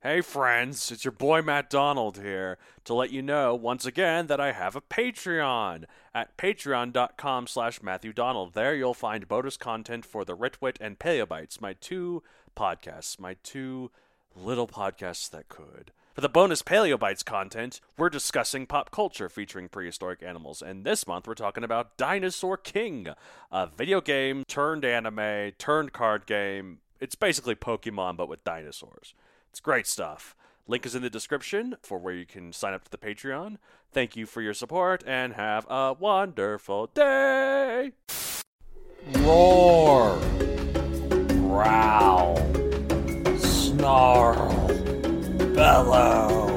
Hey, friends, it's your boy Matt Donald here to let you know once again that I have a Patreon at patreon.com slash Matthew Donald. There you'll find bonus content for The Ritwit and Paleobites, my two podcasts, my two little podcasts that could. For the bonus Paleobites content, we're discussing pop culture featuring prehistoric animals, and this month we're talking about Dinosaur King, a video game turned anime, turned card game. It's basically Pokemon, but with dinosaurs. It's great stuff. Link is in the description for where you can sign up to the Patreon. Thank you for your support and have a wonderful day. Roar. Growl. Snarl. Bellow.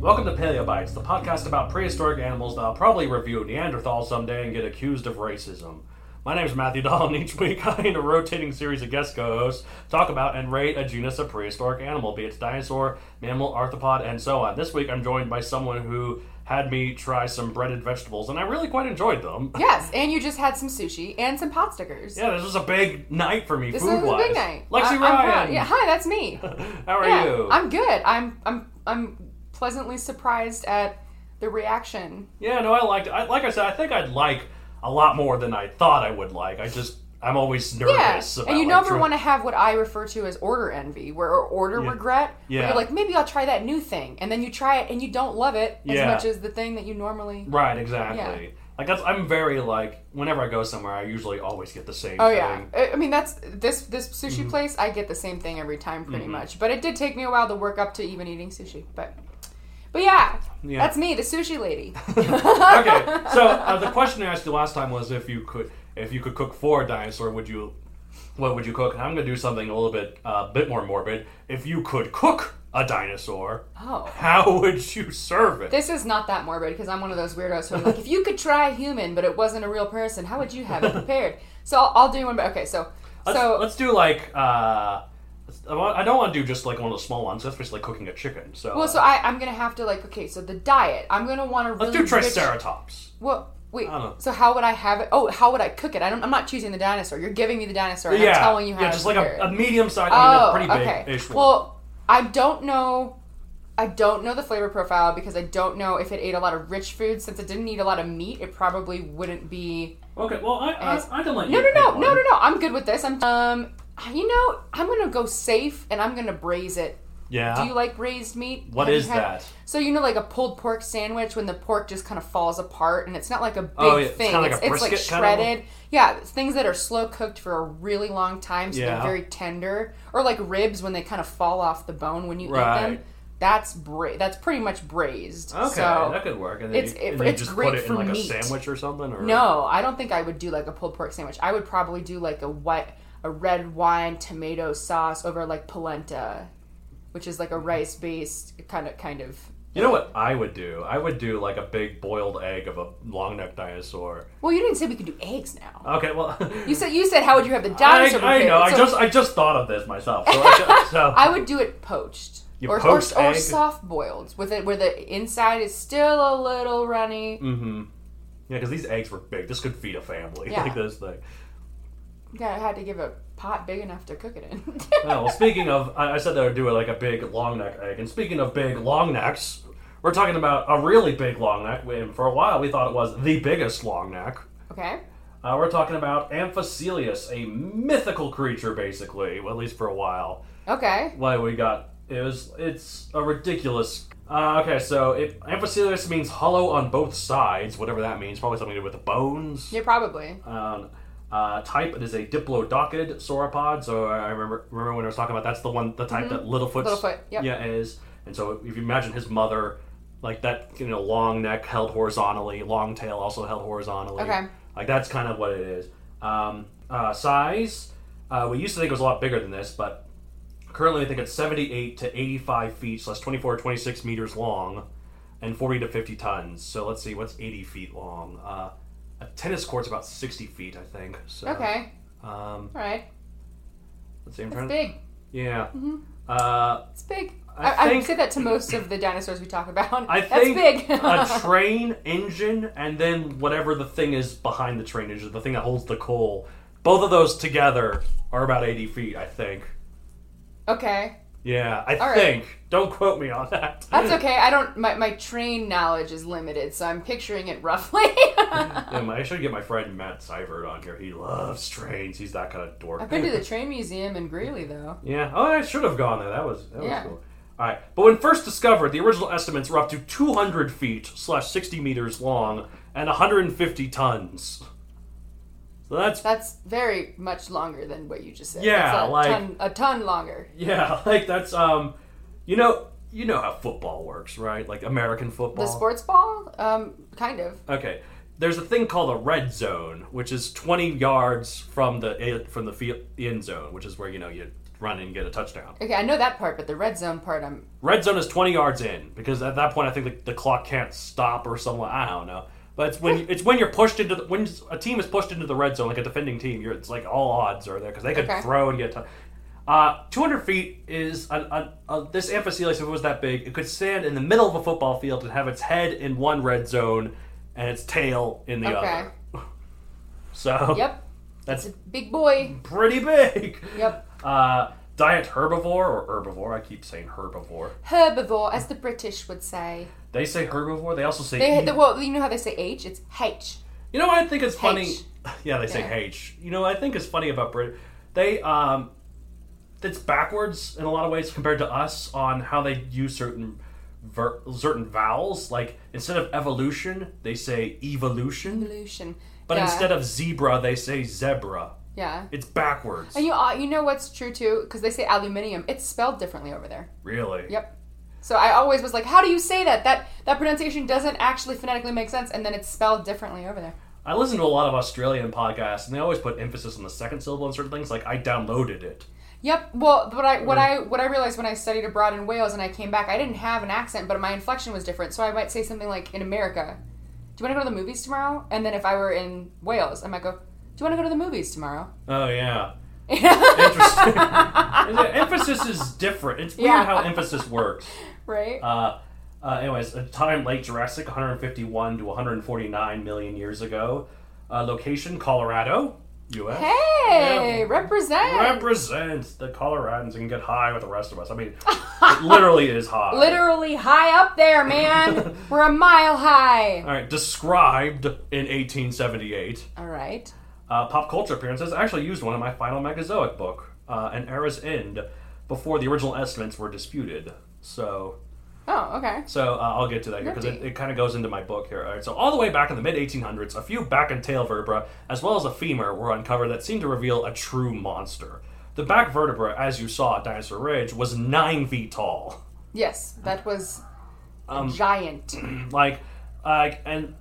Welcome to Paleobites, the podcast about prehistoric animals that I'll probably review Neanderthal someday and get accused of racism. My name is Matthew Dahl, and each week I, in a rotating series of guest co hosts, talk about and rate a genus of prehistoric animal, be it dinosaur, mammal, arthropod, and so on. This week I'm joined by someone who had me try some breaded vegetables, and I really quite enjoyed them. Yes, and you just had some sushi and some pot stickers. Yeah, this was a big night for me, This food is a wise. big night. I- Lexi I'm Ryan, proud. Yeah, hi, that's me. how are yeah, you? I'm good. I'm I'm I'm pleasantly surprised at the reaction. Yeah, no, I liked it. I, like I said, I think I'd like a lot more than I thought I would like. I just, I'm always Yeah, nervous. about, and you like, never try- want to have what I refer to as order envy, where or order regret. where Yeah. you're like maybe I'll try that new thing, and then you try it and you don't love it as Yeah. much as the thing that you normally. Right, exactly. Yeah. Like that's, I'm very like, whenever I go somewhere, I usually always get the same Oh thing. yeah, I I mean that's this this sushi Mm-hmm. place. I get the same thing every time, pretty much. But it did take me a while to work up to even eating sushi. But but yeah, Yeah. that's me, the sushi lady. okay, so uh, the question I asked you last time was if you could, if you could cook for a dinosaur, would you, what would you cook? And I'm gonna do something a little bit, a bit more morbid. If you could cook a dinosaur, oh, how would you serve it? this is not that morbid because I'm one of those weirdos who are like, if you could try human, but it wasn't a real person, how would you have it prepared? So I'll, I'll do one. But okay, so Let's, so let's do like uh, I want- I don't want to do just like one of the small ones. That's basically cooking a chicken. So, well, so I I'm gonna have to like okay, so the diet I'm gonna want to let's really do rich- triceratops. Well, wait. don't know. So how would I have it? Oh, how would I cook it? I don't. I'm not choosing the dinosaur. You're giving me the dinosaur. And yeah, I'm telling you how. yeah, to just like a, prepare it. a medium sized, Oh, I mean, a pretty okay. big ish one. Well, I don't know. I don't know the flavor profile because I don't know if it ate a lot of rich food. Since it didn't eat a lot of meat, it probably wouldn't be. okay, well I, Yes. I I can let No, you. no, pick no, one. no, no, no. I'm good with this. I'm um. You know, I'm gonna go safe and I'm gonna braise it. Yeah. Do you like braised meat? Ah. What Have you is had- that? So you know, like a pulled pork sandwich, when the pork just kind of falls apart, and it's not like a big Oh, yeah, it's thing. kinda like it's, a it's like brisket kinda shredded. Yeah, it's things that are slow cooked for a really long time, so Yeah. they're very tender. Or like ribs when they kind of fall off the bone when you eat Right. them. That's bra- That's pretty much braised. okay, So- that could work. And then it's- you, it- and you it's just great put it in for like meat. a sandwich or something. Or No, I don't think I would do like a pulled pork sandwich. I would probably do like a white, a red wine tomato sauce over like polenta, which is like a rice based kind of kind of. You know what I would do? I would do like a big boiled egg of a long necked dinosaur. Well, you didn't say we could do eggs now. Okay, well. You said you said how would you have the I, dinosaur? I prepared? know. I So just I just thought of this myself. So, I, so I would do it poached. You or, poached or, or egg? soft boiled with it where the inside is still a little runny. Mm. Yeah, because these eggs were big. This could feed a family. Yeah. Like this thing. Yeah, I had to give a pot big enough to cook it in. Oh, well, speaking of, I, I said that I would do it like a big long neck egg. And speaking of big long necks, we're talking about a really big long neck. And for a while, we thought it was the biggest long neck. okay. Uh, we're talking about Amphicelius, a mythical creature, basically, well, at least for a while. Okay. Why we got it was it's a ridiculous. Uh, okay, so if Amphicelius means hollow on both sides, whatever that means, probably something to do with the bones. Yeah, probably. um, uh, type. It is a diplodocid sauropod. So I remember remember when I was talking about that's the one the type that Littlefoot's Mm-hmm. Littlefoot, yep. yeah is. And so if you imagine his mother, like that you know long neck held horizontally, long tail also held horizontally. Okay. Like that's kind of what it is. Um, uh, size. Uh, we used to think it was a lot bigger than this, but currently I think it's 78 to 85 feet, so that's 24 to 26 meters long, and 40 to 50 tons. So let's see, what's 80 feet long? Uh, a tennis court's about 60 feet, I think. So, Okay. Um, All right. let's see, I'm It's trying big. Mm-hmm. to. Yeah. Uh, It's big. I I, I, think- would say that to most of the dinosaurs we talk about. I That's think big. a train engine and then whatever the thing is behind the train engine, the thing that holds the coal. Both of those together are about 80 feet, I think. Okay. Yeah, I All right. think. Don't quote me on that. That's okay. I don't. My, my train knowledge is limited, so I'm picturing it roughly. Um, I should get my friend Matt Seibert on here. He loves trains. He's that kind of dork. I've been to the train museum in Greeley, though. Yeah. Oh, I should have gone there. That was that Yeah. was cool. All right. But when first discovered, the original estimates were up to 200 feet slash 60 meters long and 150 tons. So that's That's very much longer than what you just said. Yeah, That's a like- ton, a ton longer. yeah, like that's um, you know, you know how football works, right? Like American football. The sports ball, um, kind of. Okay. There's a thing called a red zone, which is 20 yards from the eh, from the field, the end zone, which is where you know you run and get a touchdown. Okay, I know that part, but the red zone part, I'm Red zone is 20 yards in because at that point I think the, the clock can't stop or something. I don't know. But it's when it's when you're pushed into the, when a team is pushed into the red zone like a defending team. You're it's like all odds are there because they could Okay. throw and get. a tou- uh, 200 feet is an, an, uh, this amphicelius if it was that big it could stand in the middle of a football field and have its head in one red zone and its tail in the okay. other. So Yep, that's it's a big boy. pretty big. Yep, Uh, diet herbivore or herbivore. I keep saying herbivore. herbivore, as the British would say. They say herbivore. They also say They, eat. the, well, you know how they say H? It's H. you know what I think is funny. H. Yeah, they say Yeah. H. You know what I think is funny about Brit. They um, it's backwards in a lot of ways compared to us on how they use certain ver- certain vowels. Like instead of evolution, they say evolution. Evolution. But yeah. instead of zebra, they say zebra. yeah. It's backwards. And you, uh, you know what's true too? Because they say aluminium. It's spelled differently over there. really? Yep. So I always was like, how do you say that? That that pronunciation doesn't actually phonetically make sense, and then it's spelled differently over there. I listen to a lot of Australian podcasts, and they always put emphasis on the second syllable and certain things. Like I downloaded it. Yep. Well, what I what I what I realized when I studied abroad in Wales and I came back, I didn't have an accent, but my inflection was different. So I might say something like, "In America, do you want to go to the movies tomorrow?" And then if I were in Wales, I might go, "Do you want to go to the movies tomorrow?" Oh yeah. Interesting. emphasis is different. It's weird Yeah. how emphasis works. right? Uh, uh, anyways, a time late Jurassic, 151 to 149 million years ago. Uh, location Colorado, U.S. hey, yeah. represent. Represents the Coloradans and get high with the rest of us. I mean, it literally is high. Literally high up there, man. we're a mile high. All right, described in 1878. All right. uh, pop culture appearances. I actually used one in my final Megazoic book, uh, An Era's End, before the original estimates were disputed. So, Oh, okay. so uh, I'll get to that here because it, Nifty. it kind of goes into my book here. All right, so all the way back in the mid 1800s, a few back and tail vertebra, as well as a femur, were uncovered that seemed to reveal a true monster. The back vertebra, as you saw at Dinosaur Ridge, was nine feet tall. Yes, that was Um, giant. like like and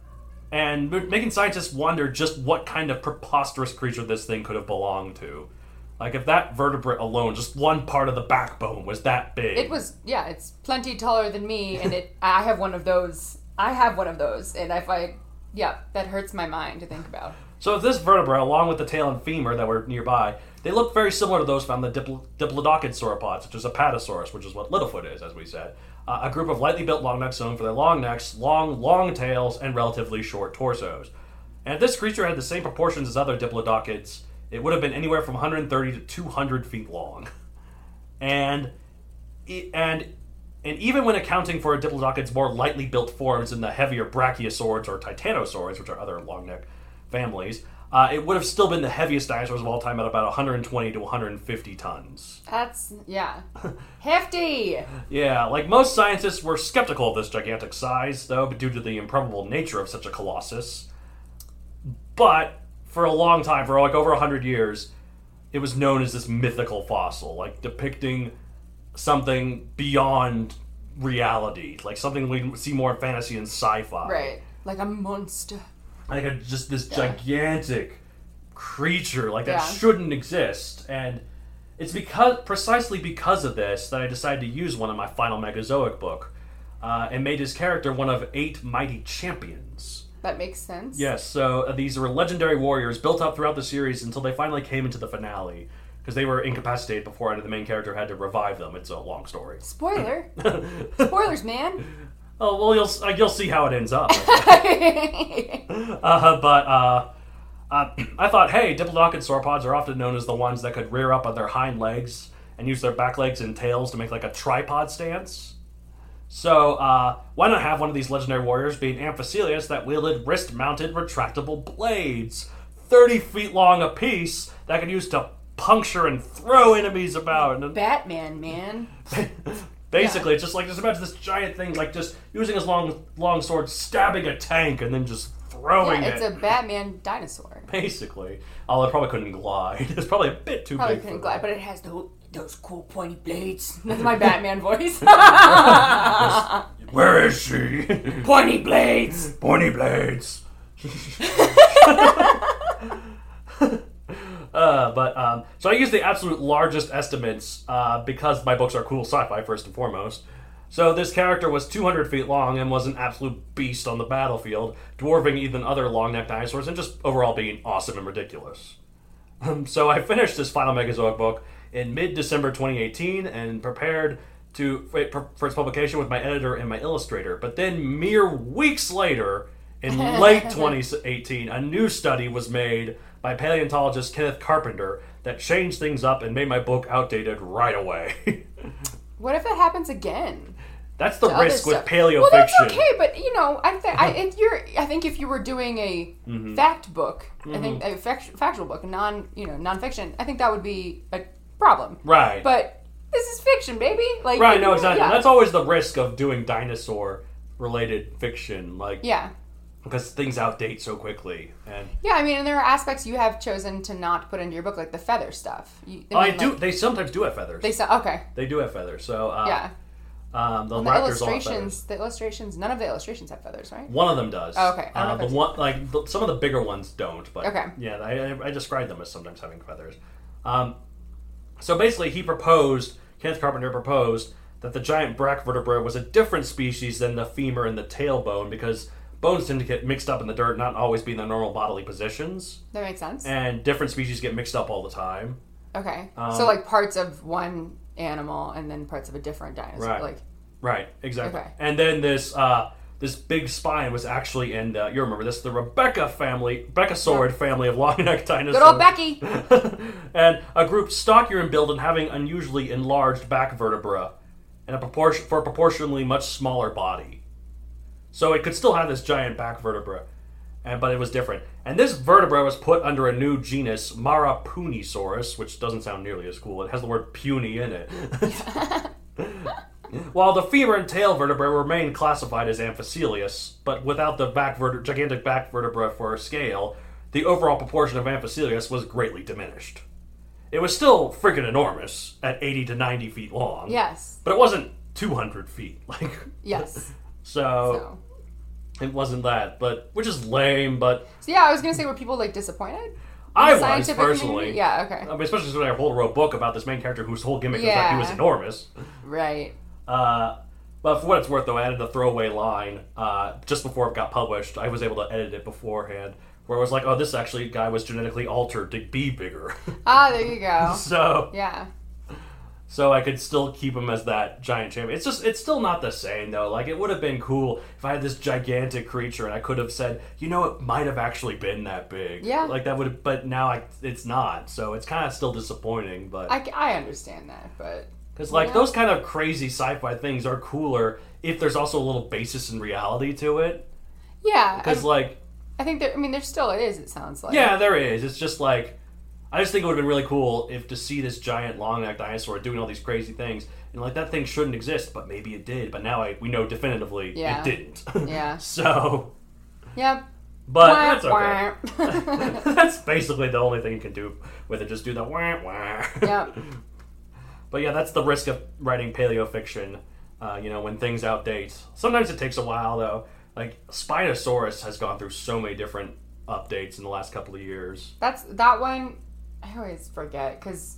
and making scientists wonder just what kind of preposterous creature this thing could have belonged to like if that vertebrate alone just one part of the backbone was that big It was yeah, it's plenty taller than me, and it I have one of those. I have one of those, and if I yeah, that hurts my mind to think about. so if this vertebra along with the tail and femur that were nearby they look very similar to those found in the Dipl- diplodocid sauropods such as apatosaurus which is what littlefoot is as we said uh, a group of lightly built long necks known for their long necks long long tails and relatively short torsos And if this creature had the same proportions as other diplodocids, it would have been anywhere from 130 to 200 feet long. And e- and and even when accounting for a diplodocid's more lightly built forms in the heavier brachiosaurs or titanosaurs, which are other long neck families, uh, it would have still been the heaviest dinosaurs of all time at about 120 to 150 tons. That's yeah, hefty. Yeah, like most scientists were skeptical of this gigantic size, though, due to the improbable nature of such a colossus. But for a long time, for like over 100 years, it was known as this mythical fossil, like depicting something beyond reality, like something we see more in fantasy and sci fi. Right, like a monster. Like a, just this gigantic creature, like that Yeah. shouldn't exist. And it's because precisely because of this that I decided to use one in my final Megazoic book, uh, and made his character one of eight mighty champions. That makes sense. Yes, so uh, these were legendary warriors built up throughout the series until they finally came into the finale. Because they were incapacitated before either the main character had to revive them. It's a long story. Spoiler. oh Spoilers, man. well, you'll s- uh, you'll see how it ends up. okay. Uh, but uh, Uh, I thought, hey, diplodocid sauropods are often known as the ones that could rear up on their hind legs and use their back legs and tails to make like a tripod stance. So uh, why not have one of these legendary warriors be an amphicelius that wielded wrist-mounted retractable blades, thirty feet long apiece, that could use to puncture and throw enemies about? And Batman, man. basically, it's just like just imagine this giant thing, like just using his long long sword, stabbing a tank, and then just throwing Yeah, it. it's a Batman dinosaur. Basically, although it probably couldn't glide. It's probably a bit too Probably big. couldn't for glide, but it has tho- those cool pointy blades. That's my Batman voice. that. Where is she? pointy blades. Pointy blades. uh, but um, so I use the absolute largest estimates uh, because my books are cool sci-fi first and foremost. So this character was 200 feet long and was an absolute beast on the battlefield, dwarfing even other long-necked dinosaurs and just overall being awesome and ridiculous. Um, so I finished this final Megazoic book in mid-December 2018 and prepared to for, for- for its publication with my editor and my illustrator. But then mere weeks later, in late 2018, a new study was made by paleontologist Kenneth Carpenter that changed things up and made my book outdated right away. What if that happens again? That's the Other risk with stuff. paleo Well, that's fiction. okay, but you know, I think I, if you're, I think if you were doing a Mm-hmm. fact book, I think a fact- factual book, non, you know, nonfiction, I think that would be a problem. Right. But this is fiction, baby. Like right, no, exactly. Yeah. That's always the risk of doing dinosaur related fiction, like yeah. because things outdate so quickly. And Yeah, I mean, and there are aspects you have chosen to not put into your book, like the feather stuff. You, I mean, do. like, they sometimes do have feathers. They They, said okay. do have feathers. So uh, Yeah. um, the The raptors all have feathers. illustrations, the illustrations, none of the illustrations have feathers, right? One of them does. Oh, okay. I don't know Uh, if the it's- one, like the, some of the bigger ones don't, but Okay. yeah, I, I, I describe them as sometimes having feathers. Um, so basically, he proposed Kenneth Carpenter proposed that the giant brach vertebra was a different species than the femur and the tailbone because bones tend to get mixed up in the dirt, not always be in their normal bodily positions, That makes sense. and different species get mixed up all the time. Okay. um, so like parts of one animal and then parts of a different dinosaur. Right. Like Right, exactly. Okay. And then this uh, this big spine was actually in the, you remember this the Rebecca family, Becca sword family of long necked dinosaurs. good old Becky. and a group stockier in build and having unusually enlarged back vertebra, and a proportion for a proportionally much smaller body. So it could still have this giant back vertebra, and, but it was different. And this vertebra was put under a new genus, Marapunisaurus, which doesn't sound nearly as cool. It has the word puny in it. While the femur and tail vertebrae remain classified as amphicelius, but without the back verte- gigantic back vertebra for scale, the overall proportion of amphicelius was greatly diminished. It was still freaking enormous at 80 to 90 feet long. yes. But it wasn't 200 feet. Like, Yes. so, So. it wasn't that, but which is lame, but so yeah, I was gonna say were people like disappointed? I The was scientific personally. community? Yeah. Okay. I mean, especially since I whole wrote a book about this main character whose whole gimmick was that he Yeah. was enormous. Right. Uh, but for what it's worth, though, I added a throwaway line uh, just before it got published. I was able to edit it beforehand, where it was like, "Oh, this actually guy was genetically altered to be bigger," Ah, there you go. so Yeah. so I could still keep him as that giant champion. It's just it's still not the same though. Like it would have been cool if I had this gigantic creature and I could have said, you know, it might have actually been that big. Yeah. like that would. have But now I, it's not, so it's kind of still disappointing. But I, I understand that, but Because like Yeah. those kind of crazy sci-fi things are cooler if there's also a little basis in reality to it. yeah, I, Because like I think there. I mean, there still is. It sounds like yeah, there is. It's just like I just think it would have been really cool if to see this giant long-necked dinosaur doing all these crazy things and like that thing shouldn't exist, but maybe it did. But now I we know definitively Yeah. it didn't. Yeah. so, Yeah. but Wah, that's okay. wah. that's basically the only thing you can do with it. Just do the wah wah. yeah. But yeah, that's the risk of writing paleo fiction. Uh, you know, when things outdate. Sometimes it takes a while though. Like Spinosaurus has gone through so many different updates in the last couple of years. That's that one. I always forget because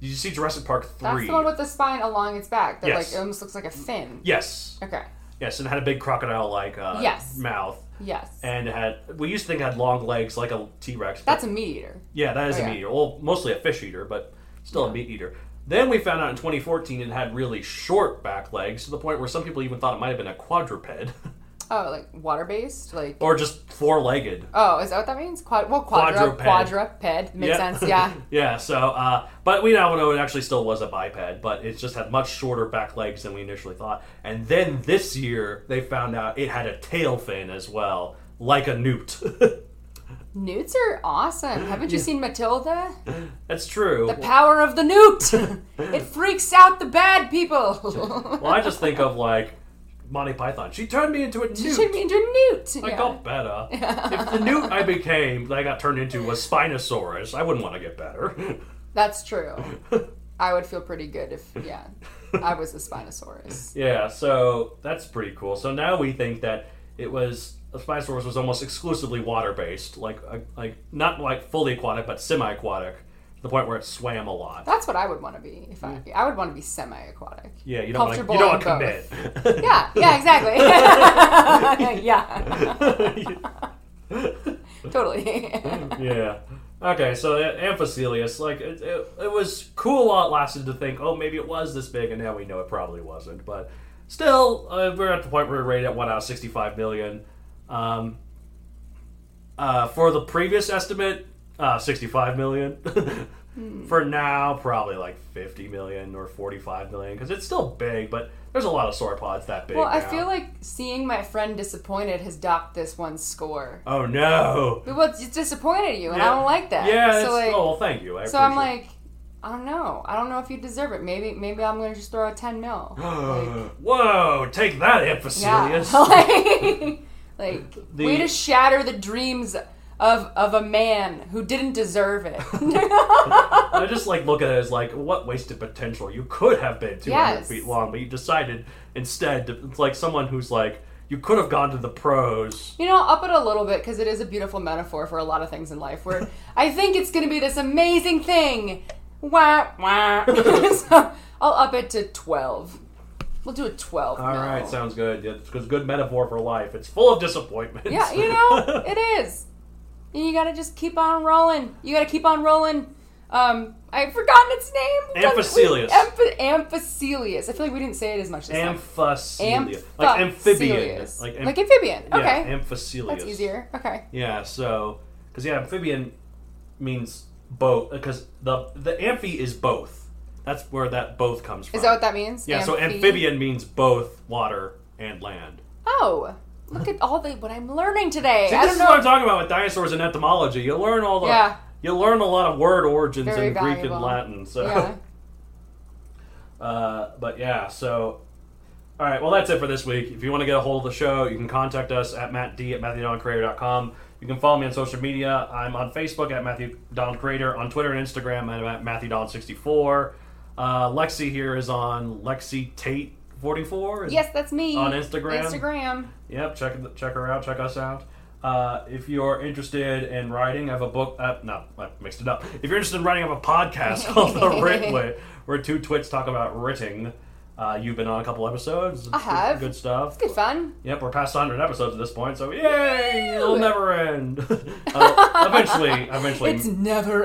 Did you see Jurassic Park that's three? the one with the spine along its back that Yes. like almost looks like a fin. yes, Okay. yes, and it had a big crocodile-like uh, Yes. mouth, Yes. and it had we used to think it had long legs like a T Rex. That's a meat eater. Yeah, that is Oh, a yeah. meat eater. Well, mostly a fish eater, but still a meat eater. Then we found out in 2014 it had really short back legs to the point where some people even thought it might have been a quadruped. Oh, like water based, like. or just four-legged. Oh, is that what that means? Quad, well, quadruped. Quadruped. Quadruped. Yep. Makes sense. Yeah. yeah. So, uh, but we now know it actually still was a biped, but it just had much shorter back legs than we initially thought. And then this year, they found out it had a tail fin as well, like a newt. Newts are awesome. Haven't you seen Matilda? That's true. The power of the newt. it freaks out the bad people. well, I just think of like Monty Python. She turned me into a newt. She turned me into a newt. I Yeah. got better. if the newt I became, that I got turned into, was Spinosaurus, I wouldn't want to get better. That's true. I would feel pretty good if, yeah, I was a Spinosaurus. Yeah, so that's pretty cool. So now we think that it was the Spinosaurus was almost exclusively water based, like uh, like not like fully aquatic, but semi aquatic, to the point where it swam a lot. That's what I would want to be if I. I would want to be semi-aquatic. Yeah, you don't want to Comfortable you don't want to in commit. Yeah. Yeah. Exactly. yeah. Totally. yeah. Okay, so uh, Amphicelius, like it, it, it was cool while it lasted to think, oh, maybe it was this big, and now we know it probably wasn't. But still, uh, we're at the point where we're rated at one out of sixty-five million. Um, uh, for the previous estimate, uh, sixty-five million. Hmm. For now, probably like fifty million or forty-five million, because it's still big, but there's a lot of sauropods that big. well, I now. feel like seeing my friend disappointed has docked this one score. Oh no! But well, it's disappointed you, and I Yeah. don't like that. Yeah, it's, So like, oh, well, thank you. I so I'm appreciate it. like, I don't know. I don't know if you deserve it. Maybe, maybe I'm gonna just throw a ten mil. Like, Whoa, take that, Amphicelius. like, like The- way to shatter the dreams of of a man who didn't deserve it. I just like look at it as like, what wasted potential. You could have been 200 Yes. feet long, but you decided instead to, it's like someone who's like, you could have gone to the pros. you know, I'll up it a little bit because it is a beautiful metaphor for a lot of things in life. Where I think it's going to be this amazing thing. Wah wah. so I'll up it to twelve. We'll do a twelve. All right, sounds good. Yeah, It's a good metaphor for life. It's full of disappointments. Yeah, you know, it is. And you gotta just keep on rolling. You gotta keep on rolling. Um, I've forgotten its name. Amphicelius. Amph- Amphicelius. I feel like we didn't say it as much this time. Amphicelius. Like amphibian. Amphicelius. Like, am- Like amphibian. Yeah, Okay. Amphicelius. That's easier. Okay. Yeah, so because yeah, amphibian means both because the the amphi is both. That's where that both comes from. Is that what that means? yeah, so Amphi- amphibian means both water and land. Oh, look at all the what I'm learning today. See, I this don't is what I'm know. talking about with dinosaurs and entomology. You learn all the Yeah. you learn a lot of word origins Very in Greek valuable. and Latin. So, Yeah. uh, but yeah, so. All right, well, that's it for this week. If you want to get a hold of the show, you can contact us at mattd at matthewdonaldcreator.com. You can follow me on social media. I'm on Facebook at Matthew Donald Creator, on Twitter and Instagram I'm at Matthew Donald 64. Uh, Lexi here is on Lexi Tate 44. Yes, that's me. On Instagram? Instagram. Yep, check check her out. Check us out. Uh, if you're interested in writing, I have a book. Uh, no, I mixed it up. If you're interested in writing, I have a podcast called The Writ Way, where two twits talk about writing. Uh, you've been on a couple episodes. I have. Good stuff. Good fun. Yep, we're past 100 episodes at this point, so yay! It'll Woo! never end. uh, eventually, eventually, It's never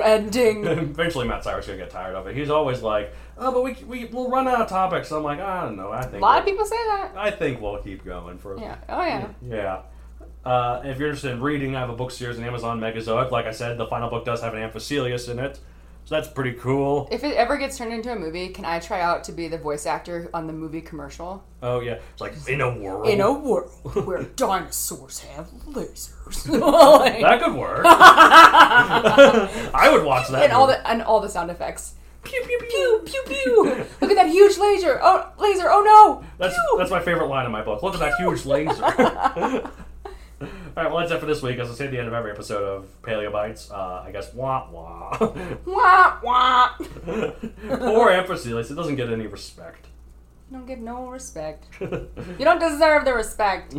ending. eventually, Matt Cyrus gonna get tired of it. He's always like, "Oh, but we we we'll run out of topics." I'm like, I don't know. I think A lot of we'll- people say that. I think we'll keep going for Yeah. Oh yeah. yeah. Uh, if you're interested in reading, I have a book series on Amazon Megazoic. Like I said, the final book does have an Amphicelius in it, so that's pretty cool. If it ever gets turned into a movie, can I try out to be the voice actor on the movie commercial? Oh yeah, it's like in a world. In a world where dinosaurs have lasers, Like, that could work. I would watch that. and all movie. the and all the sound effects. Pew pew pew pew pew. Look at that huge laser! Oh, laser! Oh no! That's pew. that's my favorite line in my book. Look at that huge laser. All right, well that's it for this week. As I say at the end of every episode of Paleo Bites, uh, I guess wah wah. wah wah. Poor Amphicelius, it doesn't get any respect. You don't get no respect. You don't deserve the respect.